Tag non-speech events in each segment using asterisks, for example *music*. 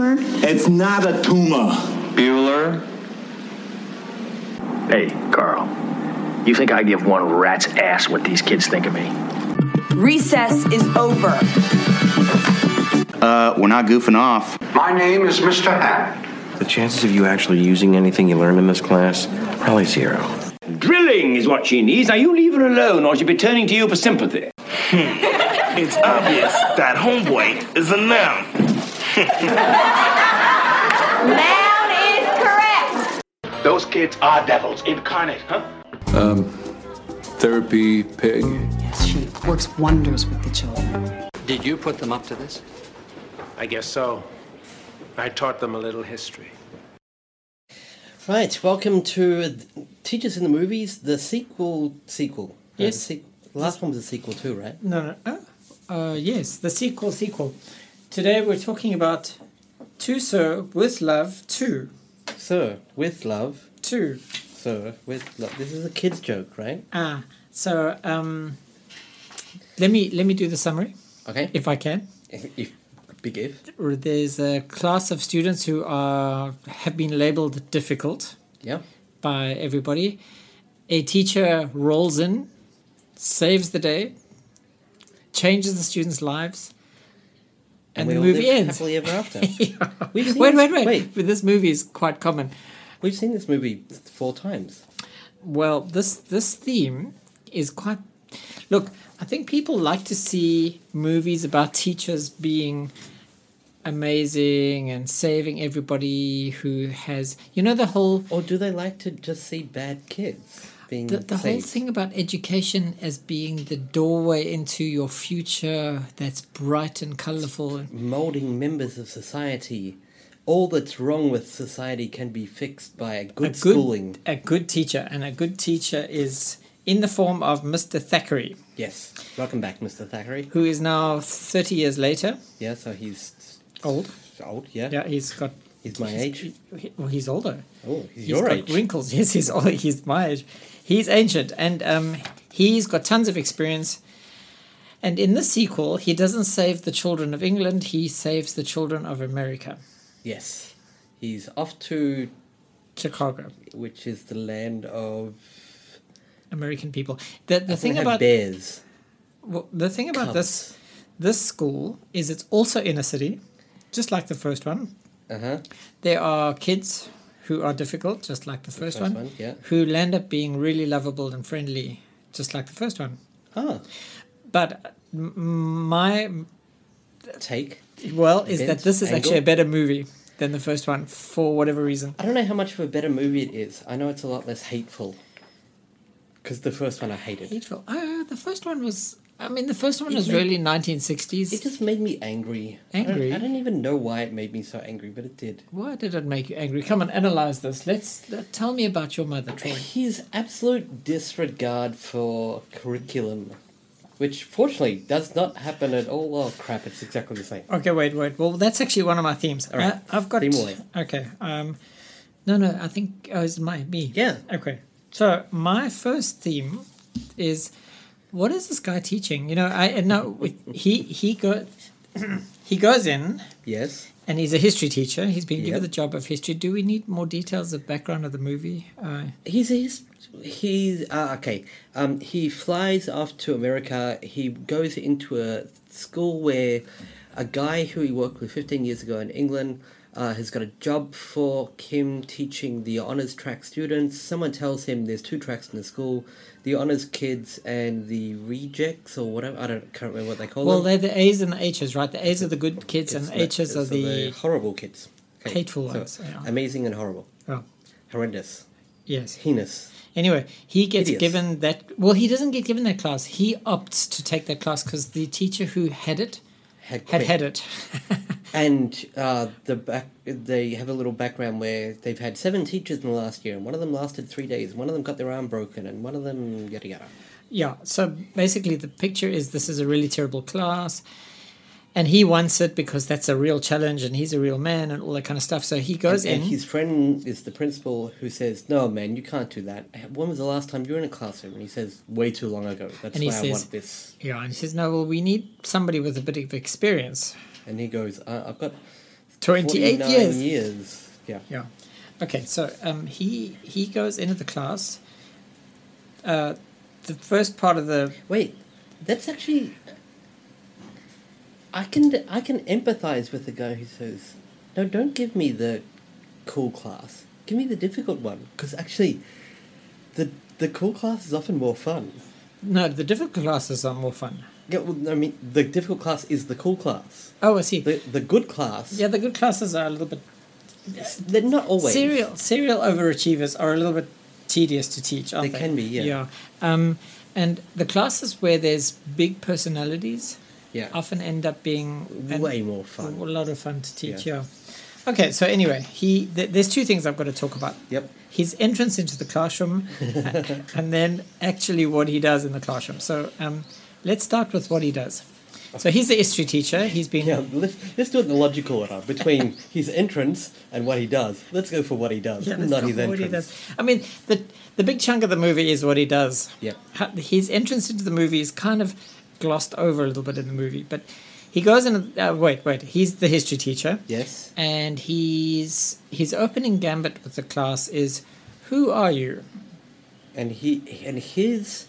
It's not a tumor. Bueller? Hey, Carl. You think I give one rat's ass what these kids think of me? Recess is over. Uh, we're not goofing off. My name is Mr. Hammond. The chances of you actually using anything you learned in this class, probably zero. Drilling is what she needs. Now you leave her alone, or she'll be turning to you for sympathy. It's obvious that homeboy is a noun. Noun is correct. Those kids are devils incarnate, huh? Therapy pig. Yes, she works wonders with the children. Did you put them up to this? I guess so. I taught them a little history. Right, welcome to Teachers in the Movies, the sequel. Sequel. No, Yes. the sequ- the last one was a sequel too, right? No, no. Uh, uh, yes, the sequel, sequel. Today we're talking about To Sir with Love 2. Sir, with love. 2. Sir, with love. This is a kid's joke, right? Ah, so um, let me let me do the summary Okay. if I can. If, if, big if. There's a class of students who are have been labeled difficult Yeah. by everybody. A teacher rolls in, saves the day, changes the students' lives, and, we the all movie lived ends. Happily ever *laughs* after. We've wait, seen wait, this- wait, wait. But This movie is quite common. We've seen this movie four times. Well, this this theme is quite. Look, I think people like to see movies about teachers being amazing and saving everybody who has. You know the whole Or do they like to just see bad kids being the, the whole saved? thing about education as being the doorway into your future that's bright and colorful and molding members of society. All that's wrong with society can be fixed by a good a schooling. good a good teacher and a good teacher is in the form of Mr. Thackeray Yes. Welcome back, Mr. Thackeray. who is now 30 years later Yeah, so he's old old, yeah? yeah he's got He's my age. he- well he's older Oh, he's, He's your got age. wrinkles *laughs* yes he's old he's my age he's ancient and um he's got tons of experience and in this sequel he doesn't save the children of England he saves the children of America Yes. He's off to, Chicago, which is the land of. American people. The the They thing have about bears. well, the thing about this this school is it's also in a city, just like the first one. Uh huh. There are kids who are difficult, just like the first, first one, one, yeah. who land up being really lovable and friendly, just like the first one. Ah, But m- my take. well is that Bent this is actually a angle. better movie than the first one for whatever reason. I don't know how much of a better movie it is. I know it's a lot less hateful. Because the first one I hated. It Hateful. Uh, the first one was. I mean, the first one It was made- really 1960s. just made me angry. I don't- Angry? I don't even know why it made me so angry, but it did. Why did it make you angry? Come on, analyze this. Let's let, tell me about your mother, Troy. His absolute disregard for curriculum, which fortunately does not happen at all. Oh crap, it's exactly the same. Okay, wait, wait. Well, that's actually one of my themes. All right. right, Uh, I've got Theme away. Okay. Um, no, no. I think oh, it's my me. Yeah. Okay. So my first theme is, what is this guy teaching? You know, I and no, he he go, *clears throat* he goes in Yes. and he's a history teacher. He's been given Yep. the job of history. Do we need more details of background of the movie? Uh, He's he's he's uh, okay. Um, he flies off to America. He goes into a school where a guy who he worked with fifteen years ago in England uh, has got a job for him teaching the honors track students. Someone tells him there's two tracks in the school: the honors kids and the rejects or whatever. I don't can't remember what they call well, them. they're the A's and the H's, right? The A's are the good kids, and It's H's not- are it's the the horrible kids. hateful ones, yeah. Amazing and horrible. oh, Horrendous. yes. Heinous. Anyway, he gets Hideous. given that. Well, he doesn't get given that class. He opts to take that class because the teacher who had it Had, had quit. had it. *laughs* And uh, the back, they have a little background where they've had seven teachers in the last year, and one of them lasted three days, one of them got their arm broken, and one of them yada yada. yeah. So basically, the picture is this is a really terrible class, and he wants it because that's a real challenge, and he's a real man, and all that kind of stuff. So he goes And in. his friend is the principal who says, "No, man, you can't do that. When was the last time you were in a classroom?" And he says, "Way too long ago. That's And he why I says- want this." yeah, and he says, "No, well, we need somebody with a bit of experience." And he goes, I- "I've got 28 49 years. years. Yeah. Yeah. Okay, so um, he he goes into the class. Uh, the first part of the Wait, that's actually. I can I can empathize with the guy who says, "No, don't give me the cool class. Give me the difficult one." Because actually, the the cool class is often more fun. no, the difficult classes are more fun. Yeah, well, I mean, the difficult class is the cool class. Oh, I see. The the good class. yeah, the good classes are a little bit they're not always serial serial overachievers are a little bit tedious to teach. Aren't They they, can be, yeah. Yeah. Um, and the classes where there's big personalities, Yeah. often end up being an- Way more fun. A lot of fun to teach. Yeah. Yeah. Okay, so anyway, he th- there's two things I've got to talk about. Yep. His entrance into the *laughs* classroom, a- and then actually what he does in the classroom. So um, let's start with what he does. So he's the history teacher. He's been Yeah, let's, let's do it in the logical order between *laughs* his entrance and what he does. Let's go for what he does, Yeah, that's not cool. his What entrance. he does. I mean, the the big chunk of the movie is what he does. Yep. Ha- His entrance into the movie is kind of glossed over a little bit in the movie, but he goes in. Uh, wait, wait. He's the history teacher. Yes. And he's his opening gambit with the class is, "Who are you?" And he and his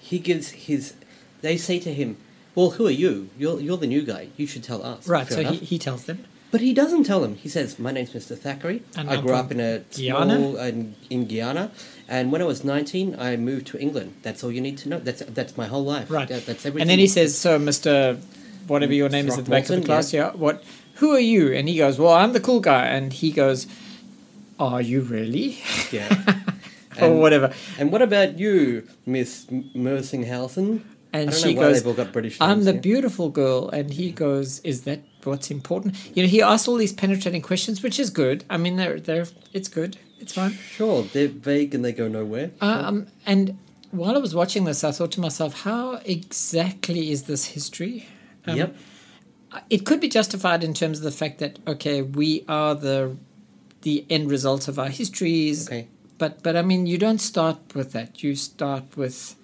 he gives his. They say to him, "Well, who are you? You're you're the new guy. You should tell us." Right. Fair so he, enough. he tells them. but he doesn't tell them. He says, "My name's Mr. Thackeray. And I I'm grew from up in a Guyana." small in, in Guyana, and when I was 19, I moved to England. That's all you need to know. That's that's my whole life. Right. That- that's everything." And then he says, "So, Mister, whatever your name is at the back of the Throckmorton, class, yeah. yeah. What? Who are you?" And he goes, "Well, I'm the cool guy." And he goes, "Are you really?" *laughs* *laughs* "Yeah." or And- whatever. And what about you, Miss M- Mersinghausen? And I don't she know why goes, they've all got British I'm names, the yeah. beautiful girl. And he goes, Is that what's important? You know, he asks all these penetrating questions, which is good. I mean, they're, they're, it's good. It's fine. Sure, they're vague and they go nowhere. Um, and while I was watching this, I thought to myself, How exactly is this history? Um, yep. It could be justified in terms of the fact that, okay, we are the the end result of our histories. Okay. But, but I mean, you don't start with that. You start with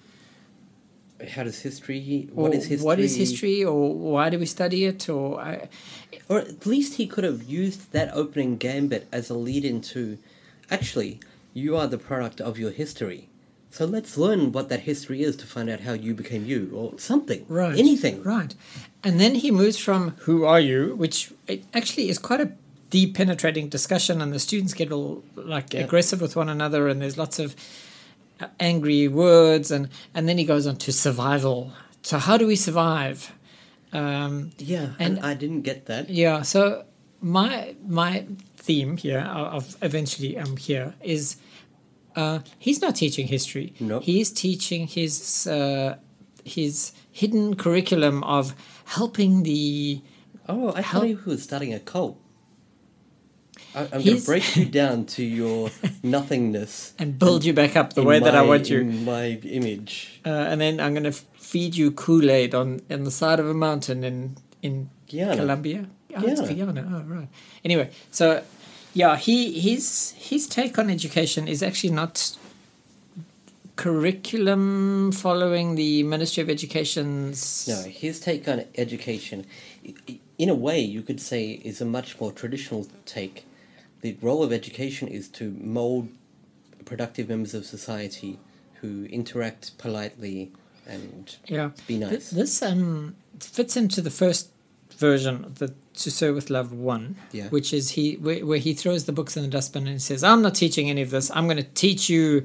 How does history? What or is history? What is history? Or why do we study it? Or I, Or at least he could have used that opening gambit as a lead into. Actually, you are the product of your history. So let's learn what that history is to find out how you became you or something. right Anything. right and then he moves from who are you which it actually is quite a deep penetrating discussion and the students get all like aggressive with one another and there's lots of uh, angry words and and then he goes on to survival so how do we survive um Yeah, and, And- I didn't get that. yeah. So my my theme here of- of eventually I'm here is uh, he's not teaching history. Nope. He's teaching his uh, his hidden curriculum of helping the Oh, I How- thought he was starting a cult. I, I'm going to He's- break you down to your *laughs* nothingness. and build you back up the in way that I my- want you. In my image. Uh, and then I'm going to feed you Kool Aid on, on the side of a mountain in in Guyana. Colombia. Oh, it's Guyana. Guyana. Oh, right. Anyway, so yeah, he his his take on education is actually not curriculum following the Ministry of Education's. No, his take on education, i- i- in a way, you could say, is a much more traditional take. The role of education is to mold productive members of society who interact politely and yeah. be Th- nice. this um fits into the first version of the To Serve with Love one, Yeah. which is he where, where he throws the books in the dustbin and says, "I'm not teaching any of this. I'm going to teach you."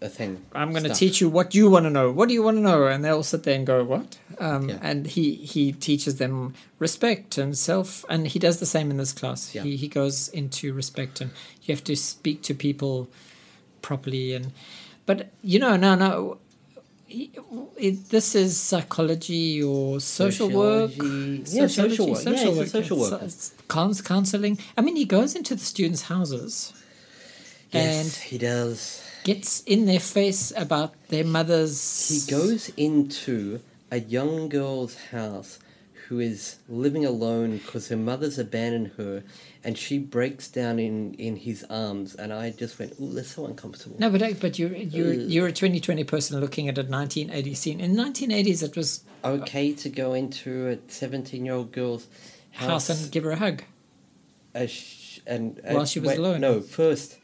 a thing. I'm going to stuff. teach you what you want to know. What do you want to know? And they'll sit there and go, "What?" Um, Yeah. And he he teaches them respect and self, and he does the same in this class. Yeah. He he goes into respect, and you have to speak to people properly. And but you know, no, no. he- It, this is psychology or social work. Sociology. Yeah, social work. Yeah, he's a social It's- worker. it's cons- counseling. I mean, he goes into the students' houses. Yes, And he does. gets in their face about their mother's. He goes into a young girl's house who is living alone because her mother's abandoned her and she breaks down in, in his arms and I just went, ooh, that's so uncomfortable. No, but uh, but you're you're you're a 2020 person looking at a 1980 scene. In 1980s, it was Okay to go into a 17 year old girl's house house. and give her a hug. a sh- and a- While she was wait, alone? No, first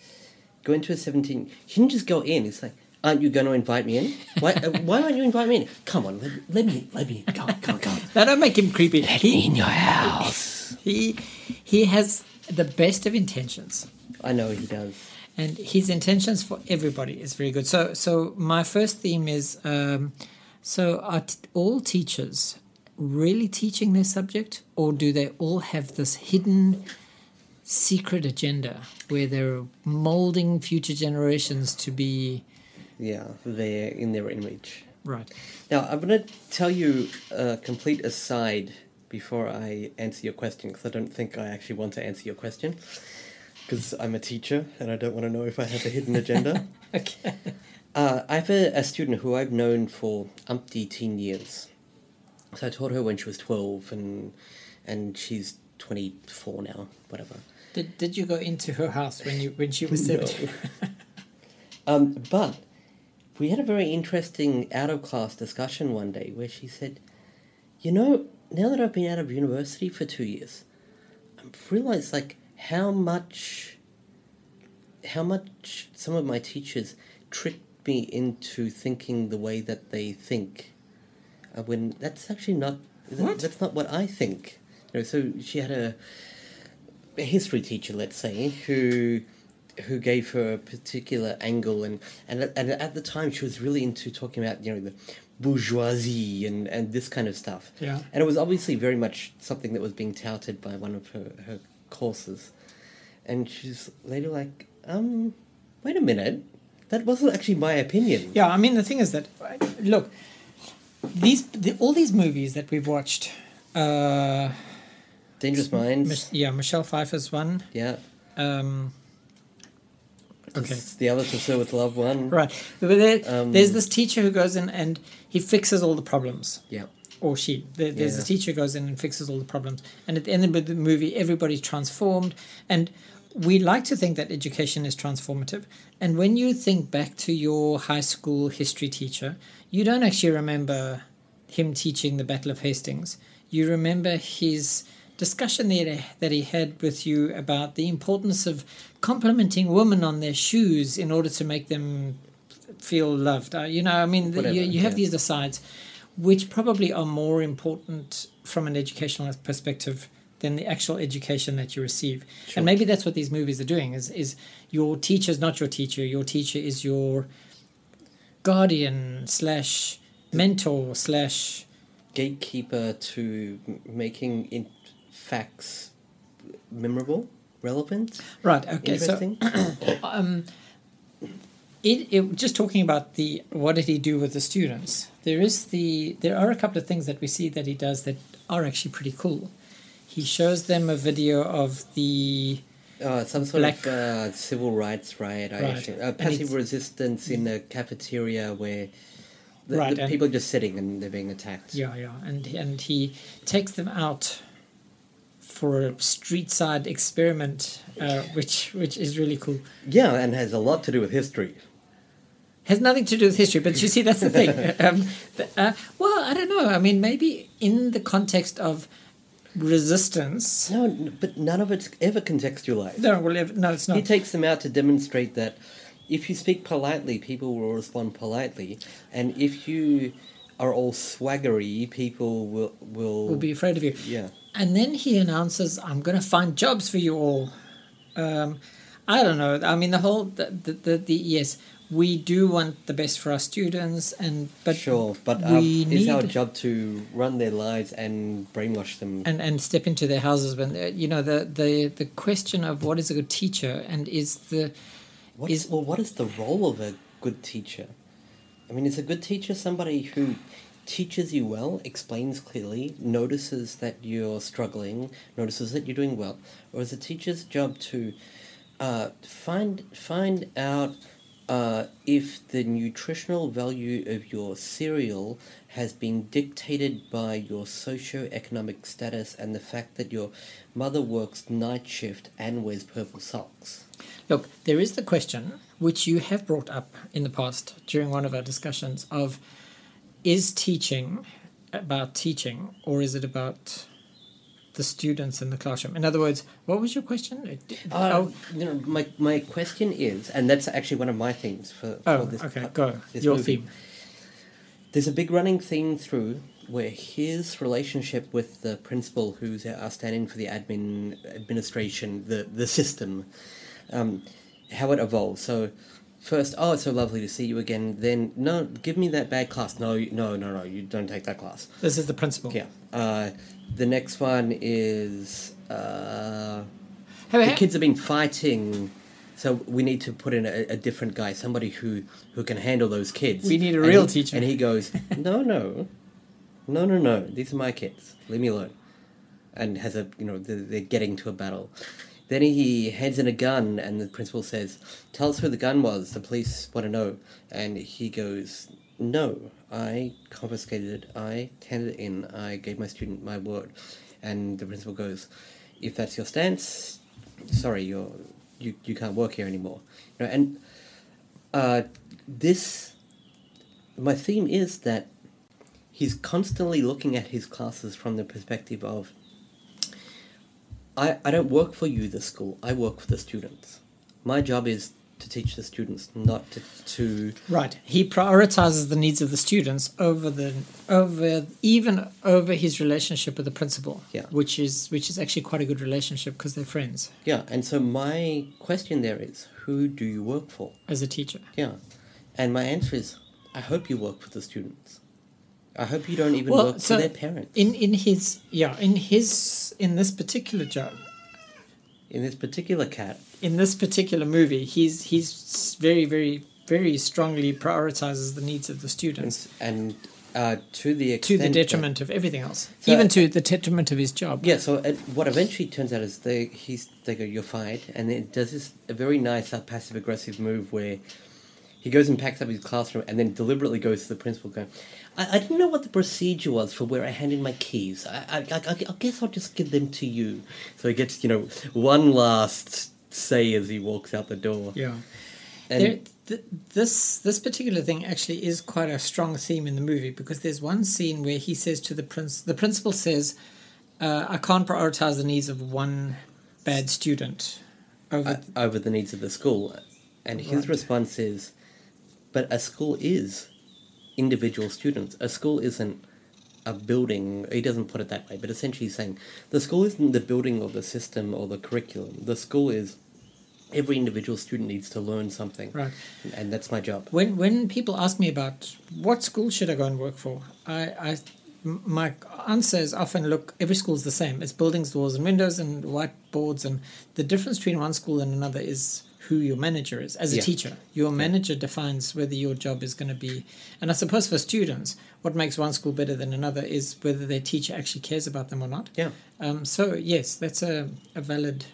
go into a seventeen. She didn't just go in. It's like, aren't you going to invite me in? *laughs* Why? uh, why aren't you invite me in? Come on, let, let me, let me, in. come, come, come. That don't make him creepy. he, *laughs* in your house. He he has the best of intentions. I know he does. and his intentions for everybody is very good. So, so my first theme is um, so are t- all teachers really teaching their subject, or do they all have this hidden secret agenda where they're molding future generations to be Yeah, they're in their image. right? Now, I'm going to tell you a complete aside before I answer your question, because I don't think I actually want to answer your question, because I'm a teacher and I don't want to know if I have a hidden agenda. Okay. Uh, I have a, a student who I've known for umpty teen years. So I taught her when she was 12, and, and she's 24 now, whatever. Did, did you go into her house when you when she was No. seventeen? Um, but we had a very interesting out of class discussion one day where she said, You know, now that I've been out of university for two years, I've realized like how much how much some of my teachers tricked me into thinking the way that they think. Uh, when that's actually not that- What? that's not what I think. You know, so she had a a history teacher, let's say, who who gave her a particular angle, and and at- and at the time she was really into talking about you know the bourgeoisie and and this kind of stuff. Yeah. and it was obviously very much something that was being touted by one of her her courses, and she's later like, um, wait a minute, that wasn't actually my opinion. Yeah, I mean the thing is that look, these the, all these movies that we've watched. Uh, Dangerous Minds. Mich- yeah, Michelle Pfeiffer's one. yeah. Um, okay. It's the other to serve with love one. Right. But there, there's this teacher who goes in and he fixes all the problems. Yeah. Or she. There, there's Yeah. a teacher who goes in and fixes all the problems. And at the end of the movie, everybody's transformed. And we like to think that education is transformative. And when you think back to your high school history teacher, you don't actually remember him teaching the Battle of Hastings. You remember his discussion that that he had with you about the importance of complimenting women on their shoes in order to make them feel loved. Uh, you know, I mean, the- you, Whatever, you have yeah. these asides, which probably are more important from an educational perspective than the actual education that you receive. And maybe that's what these movies are doing: is is your teacher's not your teacher. Your teacher is your guardian slash mentor slash Gatekeeper to m- making in- facts memorable, relevant, right. Okay, so interesting. *clears throat* Um, it, it just talking about the what did he do with the students there is the there are a couple of things that we see that he does that are actually pretty cool he shows them a video of the uh, some sort Black- of uh, civil rights riot, I Right. assume. Uh, And passive it's- resistance in a cafeteria where the, Right, the and- people are just sitting and they're being attacked. yeah yeah and and he takes them out for a street side experiment uh, which which is really cool Yeah, and has a lot to do with history. has nothing to do with history, but you see, that's the *laughs* thing. um, th- uh, well, I don't know. I mean, maybe in the context of resistance, No, n- but none of it's ever contextualized. No, well, if, no, it's not. He takes them out to demonstrate that if you speak politely, people will respond politely, and if you are all swaggery, people will will, will be afraid of you. Yeah. And then he announces, "I'm going to find jobs for you all." Um, I don't know. I mean, the whole the, the, the, the yes, we do want the best for our students, and but sure. But our, we it's our job to run their lives and brainwash them. and and step into their houses when they're- you know the the the question of what is a good teacher and is the What is well, what is the role of a good teacher? I mean, is a good teacher somebody who teaches you well, explains clearly, notices that you're struggling, notices that you're doing well, or is a teacher's job to uh, find find out uh, if the nutritional value of your cereal has been dictated by your socioeconomic status and the fact that your mother works night shift and wears purple socks? Look, there is the question which you have brought up in the past during one of our discussions of is teaching about teaching or is it about the students in the classroom. In other words, what was your question? It- it- Uh, oh, you know, my, my question is, and that's actually one of my themes for, for oh, this. okay, uh, go. this Your movie. theme. There's a big running theme through where his relationship with the principal, who's our stand-in for the admin administration, the the system, um, how it evolves. So first, oh, it's so lovely to see you again. Then, no, give me that bad class. No, no, no, no, you don't take that class. This is the principal. Yeah. Uh, the next one is. Uh, Have, the kids have been fighting, so we need to put in a, a different guy, somebody who who can handle those kids. We need a And real he- teacher. And he goes, no, no, no, no, no. These are my kids. Leave me alone. And has a you know they're, they're getting to a battle. Then he hands in a gun, and the principal says, "Tell us who the gun was. The police want to know." And he goes, "No, I confiscated it. I handed it in. I gave my student my word." And the principal goes, "If that's your stance, sorry, you're you, you can't work here anymore. You know, and uh, this my theme is that he's constantly looking at his classes from the perspective of I, I don't work for you, the school. I work for the students. My job is to teach the students, not to, to Right. He prioritizes the needs of the students over the over even over his relationship with the principal. Yeah. Which is which is actually quite a good relationship because they're friends yeah. And so my question there is, who do you work for? as a teacher. Yeah, and my answer is, I hope you work for the students. I hope you don't even work for their parents. In in his yeah, in his in this particular job in this particular cat, in this particular movie, he's he's very, very, very strongly prioritizes the needs of the students. and uh, to the To extent the that- detriment of everything else, So- even to the detriment of his job. yeah, so it, what eventually turns out is they he's they go you're fired, and then it does this a very nice uh, passive aggressive move where he goes and packs up his classroom, and then deliberately goes to the principal going, I, I didn't know what the procedure was for where I hand in my keys. I I, I I guess I'll just give them to you. So he gets you know one last say as he walks out the door. yeah. And There, th- this this particular thing actually is quite a strong theme in the movie because there's one scene where he says to the prince, the principal says, uh, "I can't prioritize the needs of one bad student." Over over the needs of the school. And his response is, but a school is individual students. A school isn't a building. He doesn't put it that way, but essentially he's saying the school isn't the building or the system or the curriculum. The school is every individual student needs to learn something. Right. And that's my job. when when people ask me about what school should I go and work for, I, I m- my answer is often look every school's the same. It's buildings, doors, and windows, and whiteboards, and the difference between one school and another is who your manager is as a Yeah. teacher. Your manager defines whether your job is going to be. And I suppose for students, what makes one school better than another is whether their teacher actually cares about them or not. Yeah. Um, so yes, that's a, a valid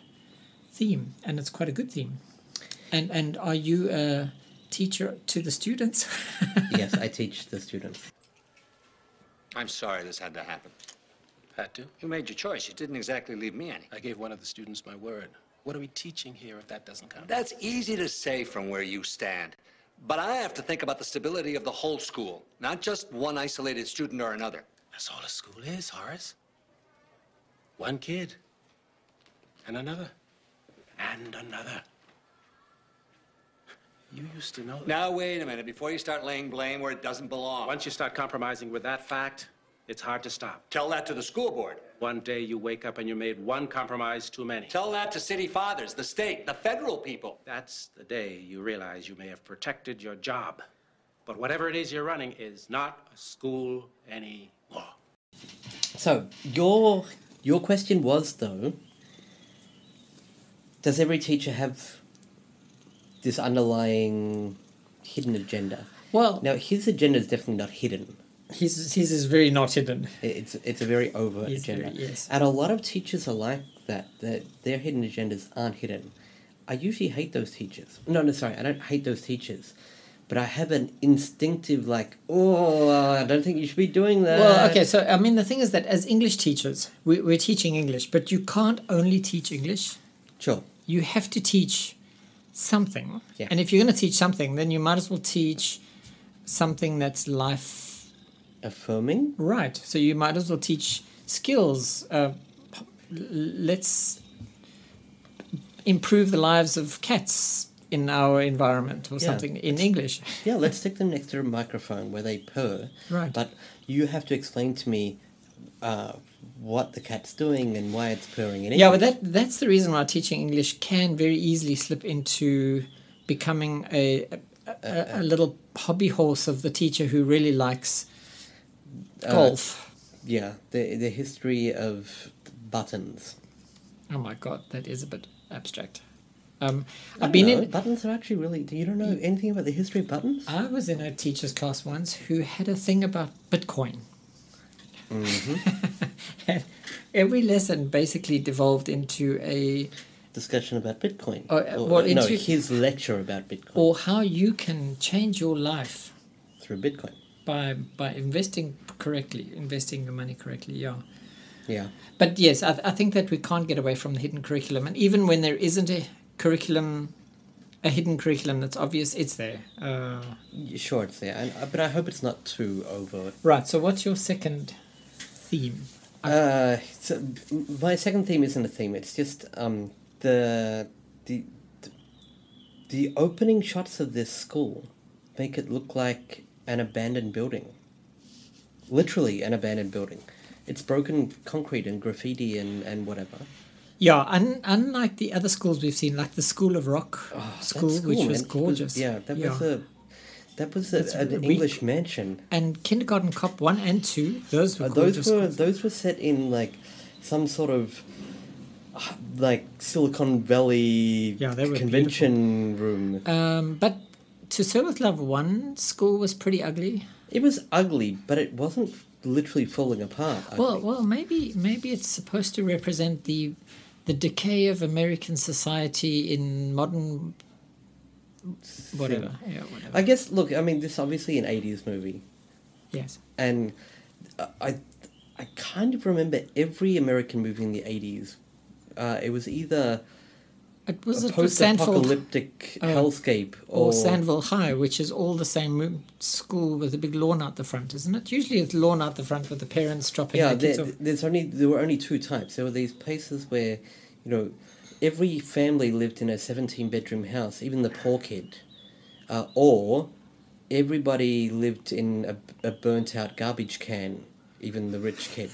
theme, and it's quite a good theme. And and are you a teacher to the students? *laughs* yes, I teach the students. I'm sorry this had to happen. Had to. You made your choice. You didn't exactly leave me any. I gave one of the students my word. What are we teaching here if that doesn't count? That's easy to say from where you stand. But I have to think about the stability of the whole school, not just one isolated student or another. That's all a school is, Horace. One kid. And another. And another. You used to know that. Now, wait a minute before you start laying blame where it doesn't belong. Once you start compromising with that fact, it's hard to stop. Tell that to the school board. One day you wake up and you made one compromise too many. Tell that to city fathers, the state, the federal people. Uh, That's the day you realize you may have protected your job. But whatever it is you're running is not a school anymore. So your your question was though, does every teacher have this underlying hidden agenda? well, Now his agenda is definitely not hidden. his his is very not hidden. It's it's a very overt It's agenda. very- yes. And a lot of teachers are like that. That their hidden agendas aren't hidden. I usually hate those teachers. No, no, sorry, I don't hate those teachers. But I have an instinctive like, oh, I don't think you should be doing that. Well, okay, so I mean, the thing is that as English teachers, we, we're teaching English, but you can't only teach English. Sure. You have to teach something. Yeah. And if you're going to teach something, then you might as well teach something that's life Affirming. Right. So you might as well teach skills, uh, p- l- let's improve the lives of cats in our environment or Yeah. something in English. Yeah, let's stick them next to a microphone where they purr. Right. But you have to explain to me uh, what the cat's doing and why it's purring. In Yeah, but English. that that's the reason why teaching English can very easily slip into becoming a a, a, a little hobby horse of the teacher who really likes Uh, golf. yeah, the the history of buttons. oh my god, that is a bit abstract. Um, I've been No, in. buttons are actually really. Do you don't know anything about the history of buttons? I was in a teacher's class once who had a thing about Bitcoin. *laughs* and every lesson basically devolved into a Discussion about Bitcoin. Oh, uh, or, well, no, into- his lecture about Bitcoin or how you can change your life through Bitcoin. by by investing correctly, investing your money correctly. Yeah. Yeah. But yes, I, I think that we can't get away from the hidden curriculum, and even when there isn't a curriculum, a hidden curriculum that's obvious, it's there. Uh, Y- Sure, it's there, and, uh, but I hope it's not too overt. right. So, what's your second theme? Uh, so m- my second theme isn't a theme. It's just um the the the opening shots of this school make it look like an abandoned building. Literally an abandoned building. It's broken concrete and graffiti and, and whatever. Yeah, un- unlike the other schools we've seen, like the School of Rock Oh, That school, which man, was it gorgeous. yeah, that was a that was a, an weak. English mansion. and Kindergarten Cop one and two. Those were Uh, those gorgeous. were schools. those were set in like some sort of uh, like Silicon Valley Yeah, they were convention room. Um, but to serve with love, one school was pretty ugly. It was ugly, but it wasn't literally falling apart. I Well, think. well, maybe maybe it's supposed to represent the the decay of American society in modern whatever. Yeah, whatever. I guess look, I mean, this is obviously an '80s movie, yes. and I- I I kind of remember every American movie in the '80s. Uh, it was either It was a it was Sandville post-apocalyptic hellscape or or, Sandville High, which is all the same mo- school with a big lawn out the front, isn't it? Usually it's lawn out the front with the parents dropping Yeah, their kids there, off. there's only there were only two types. There were these places where, you know, every family lived in a 17 bedroom house, even the poor kid, uh, or everybody lived in a, a burnt out garbage can, even the rich kid.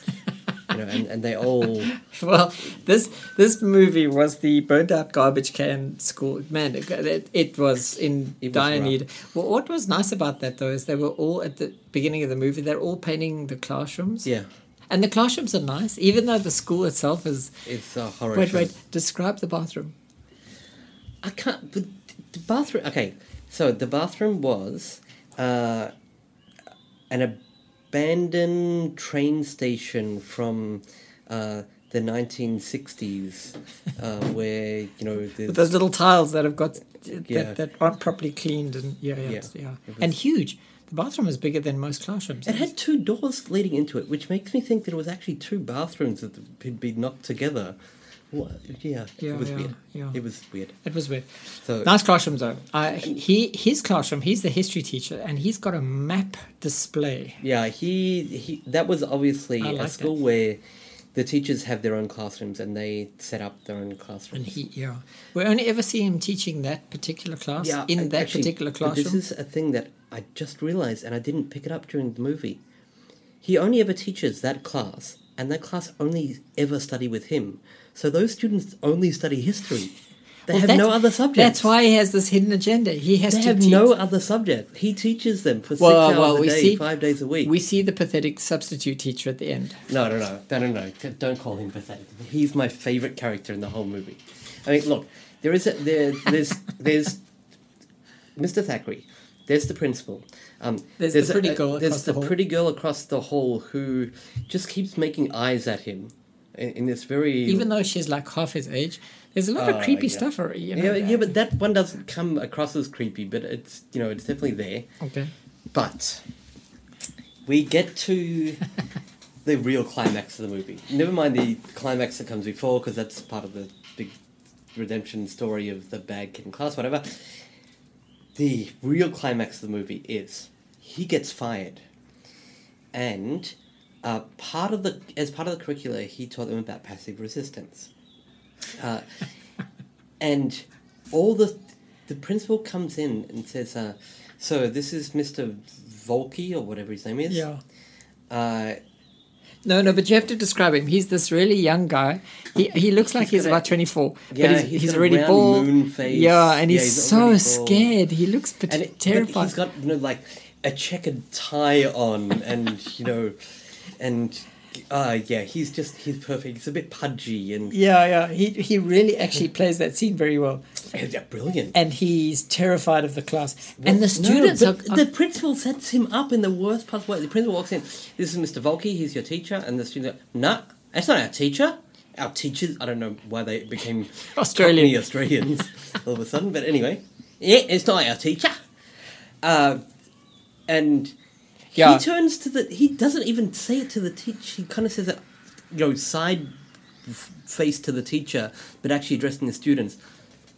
You know, and, and they all *laughs* Well, this this movie was the burnt out garbage can school. Man, it, it, it was in It was dire rough. need. Well, what was nice about that though is they were all at the beginning of the movie. They're all painting the classrooms. yeah, and the classrooms are nice, even though the school itself is. it's uh, a horror. Wait, show. wait. Describe the bathroom. I can't. But the bathroom. Okay, so the bathroom was uh, an abandoned train station from uh, the 1960s, uh, where you know With those there's, little tiles that have got Yeah. that, that aren't properly cleaned and yeah, yeah, Yeah. yeah. and huge. The bathroom is bigger than most classrooms. it had two doors leading into it, which makes me think that it was actually two bathrooms that had been knocked together. What? Yeah, Yeah, it was yeah, weird. yeah. It was weird. It was weird. So- nice classroom though. I he his classroom. He's the history teacher, and he's got a map display. Yeah, he, he that was obviously I a like school that. where the teachers have their own classrooms and they set up their own classrooms. And he yeah, we only ever see him teaching that particular class in and that actually, particular but classroom. This is a thing that I just realized and I didn't pick it up during the movie. He only ever teaches that class, and that class only ever study with him. So those students only study history. They Well, have that's- no other subjects. That's why he has this hidden agenda. He has they to have teach. no other subject. He teaches them for Well, six hours well, a we day, see- five days a week. we see the pathetic substitute teacher at the end. No, no, no, no, no, no. T- Don't call him pathetic. He's my favorite character in the whole movie. I mean, look, there is a, there, there's there's Mr. Thackeray. There's the principal. Um, There's the a- pretty a- girl There's across the the hall. pretty girl across the hall who just keeps making eyes at him in, in this very Even though she's like half his age, there's a lot of Uh, creepy yeah. stuff. Or, you know, yeah, yeah, but that one doesn't come across as creepy, but it's you know it's definitely there. okay. But we get to the real climax of the movie. Never mind the climax that comes before, because that's part of the big redemption story of the bad kid in class, whatever. The real climax of the movie is he gets fired, and uh, part of the as part of the curricula, he taught them about passive resistance, uh, *laughs* and all the the principal comes in and says, uh, "So this is Mister Volke or whatever his name is." Uh, No, no, but you have to describe him. He's this really young guy. He he looks like he's, got a- about twenty four, Yeah, but he's, he's he's, got a already round bald. moon face. Yeah, and Yeah, he's, he's so already bald. scared. He looks pat- and it, But terrified. he's got you know like a checkered tie on, and you know, and uh, yeah, he's just he's perfect. He's a bit pudgy and yeah, yeah. He he really actually plays that scene very well, yeah, brilliant. and he's terrified of the class and the No, students. but are, the principal sets him up in the worst possible way. The principal walks in. This is Mr. Volke. He's your teacher, and the student. No, nah, that's not our teacher. Our teachers. I don't know why they became Australian. Cockney Australians *laughs* all of a sudden, but anyway, yeah, it's not our teacher. Uh, and Yeah. he turns to the. He doesn't even say it to the teacher. He kind of says it, you know, side f- face to the teacher, but actually addressing the students.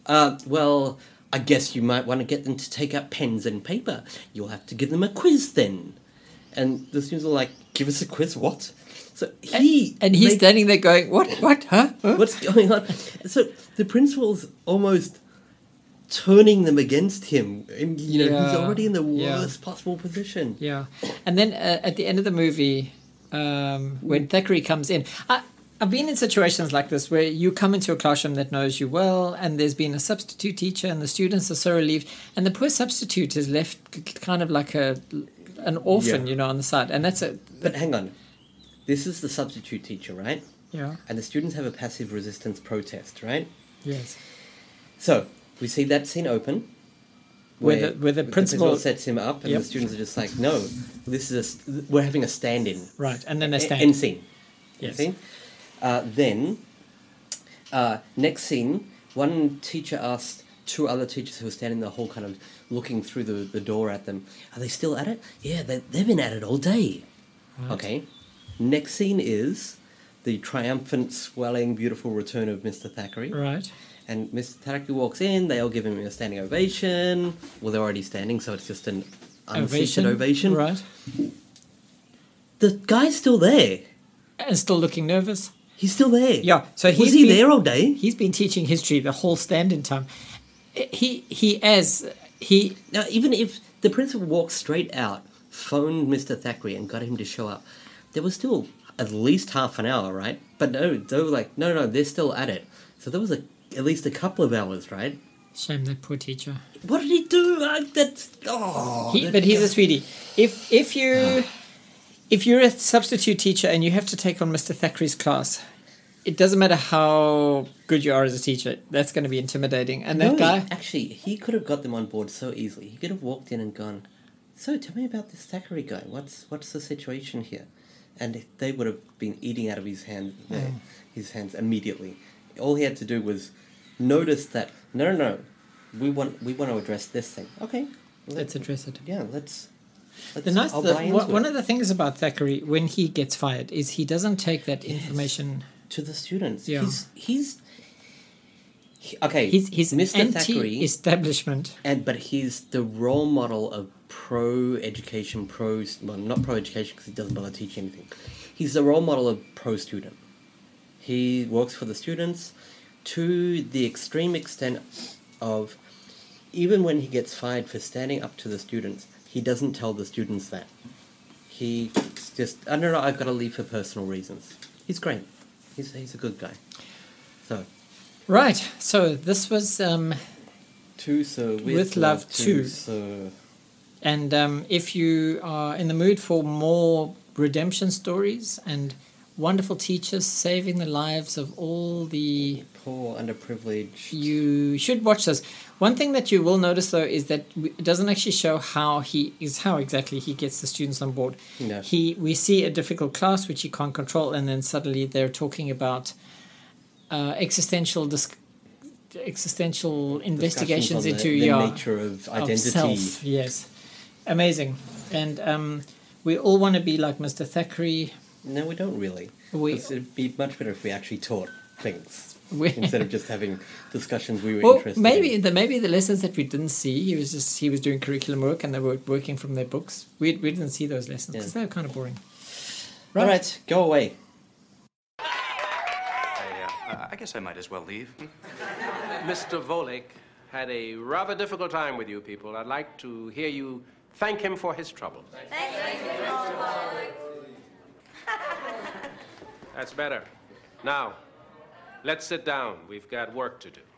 Uh, well, I guess you might want to get them to take out pens and paper. You'll have to give them a quiz then. And the students are like, give us a quiz, what? So he. and he's they- standing there going, "What? What? Huh? Huh?" What's going on? So the principal's almost turning them against him. And, you know, he's Yeah, already in the yeah. worst possible position. Yeah, and then uh, at the end of the movie, um, Mm. when Thackeray comes in, I, I've been in situations like this where you come into a classroom that knows you well, and there's been a substitute teacher, and the students are so relieved, and the poor substitute is left c- c- kind of like a an orphan, Yeah. you know, on the side, and that's a But hang on. This is the substitute teacher, right? yeah, And the students have a passive resistance protest, right? yes, So we see that scene open. Where the- where the principal- sets him up, and Yep. the students are just like, "No, this is a, st- we're having a stand-in." right, and then they E- stand. End scene. Yes. Scene. Uh, then, uh, next scene, one teacher asked two other teachers who were standing in the hall, kind of looking through the, the door at them, Are they still at it? Yeah, they, they've been at it all day. Okay. Next scene is the triumphant, swelling, beautiful return of Mr. Thackeray. right, And Mr. Thackeray walks in, they all give him a standing ovation. Well, they're already standing, so it's just an unseated ovation. right, The guy's still there. and still looking nervous. He's still there. Yeah, so was he's he been- there all day? He's been teaching history the whole stand-in time. He he as he Now, even if the principal walked straight out, phoned Mr. Thackeray and got him to show up, there was still at least half an hour, right? But no, they were like, no, no, they're still at it. So there was a, at least a couple of hours, right? shame that poor teacher. What did he do? Uh, that's oh, He, that but he's guy- a sweetie. If if you if you're a substitute teacher and you have to take on Mr. Thackeray's class, it doesn't matter how good you are as a teacher. That's going to be intimidating. And that No, guy, Actually, he could have got them on board so easily. He could have walked in and gone, "So, tell me about this Thackeray guy. What's what's the situation here?" And they would have been eating out of his hand, Hmm. their- his hands immediately. All he had to do was notice that. No, no, no. We want we want to address this thing. Okay. let's address it. Yeah, let's. let's The nice, I'll the, buy one into one it. of the things about Thackeray when he gets fired is he doesn't take that information. to the students. Yeah. He's he's. he- okay. He's he's Mr. Thackeray anti-establishment. and but he's the role model of pro education, pro well, not pro education because he doesn't bother teaching anything. He's the role model of pro student. He works for the students to the extreme extent of even when he gets fired for standing up to the students, he doesn't tell the students that. He just I don't know. I've got to leave for personal reasons. He's great. He's he's a good guy. So Right. So this was um, two so with, With love, two two. so. And um, if you are in the mood for more redemption stories and wonderful teachers saving the lives of all the. poor, underprivileged. You should watch this. One thing that you will notice though is that w- it doesn't actually show how he is how exactly he gets the students on board. No. He we see a difficult class which he can't control, and then suddenly they're talking about uh, existential disc- existential investigations Discussions on into the, the yeah, nature of of identity. self, yes, amazing. And um, we all want to be like Mr. Thackeray. No, we don't really. We- Because it'd be much better if we actually taught things We- instead of just having discussions we were Well, interested. maybe in. the maybe the lessons that we didn't see, he was just he was doing curriculum work and they were working from their books. We, we didn't see those lessons because Yeah. they were kind of boring. Right. All right, go away. I, I guess I might as well leave. Mr. Volik had a rather difficult time with you people. I'd like to hear you thank him for his troubles. That's better. Now, let's sit down. We've got work to do.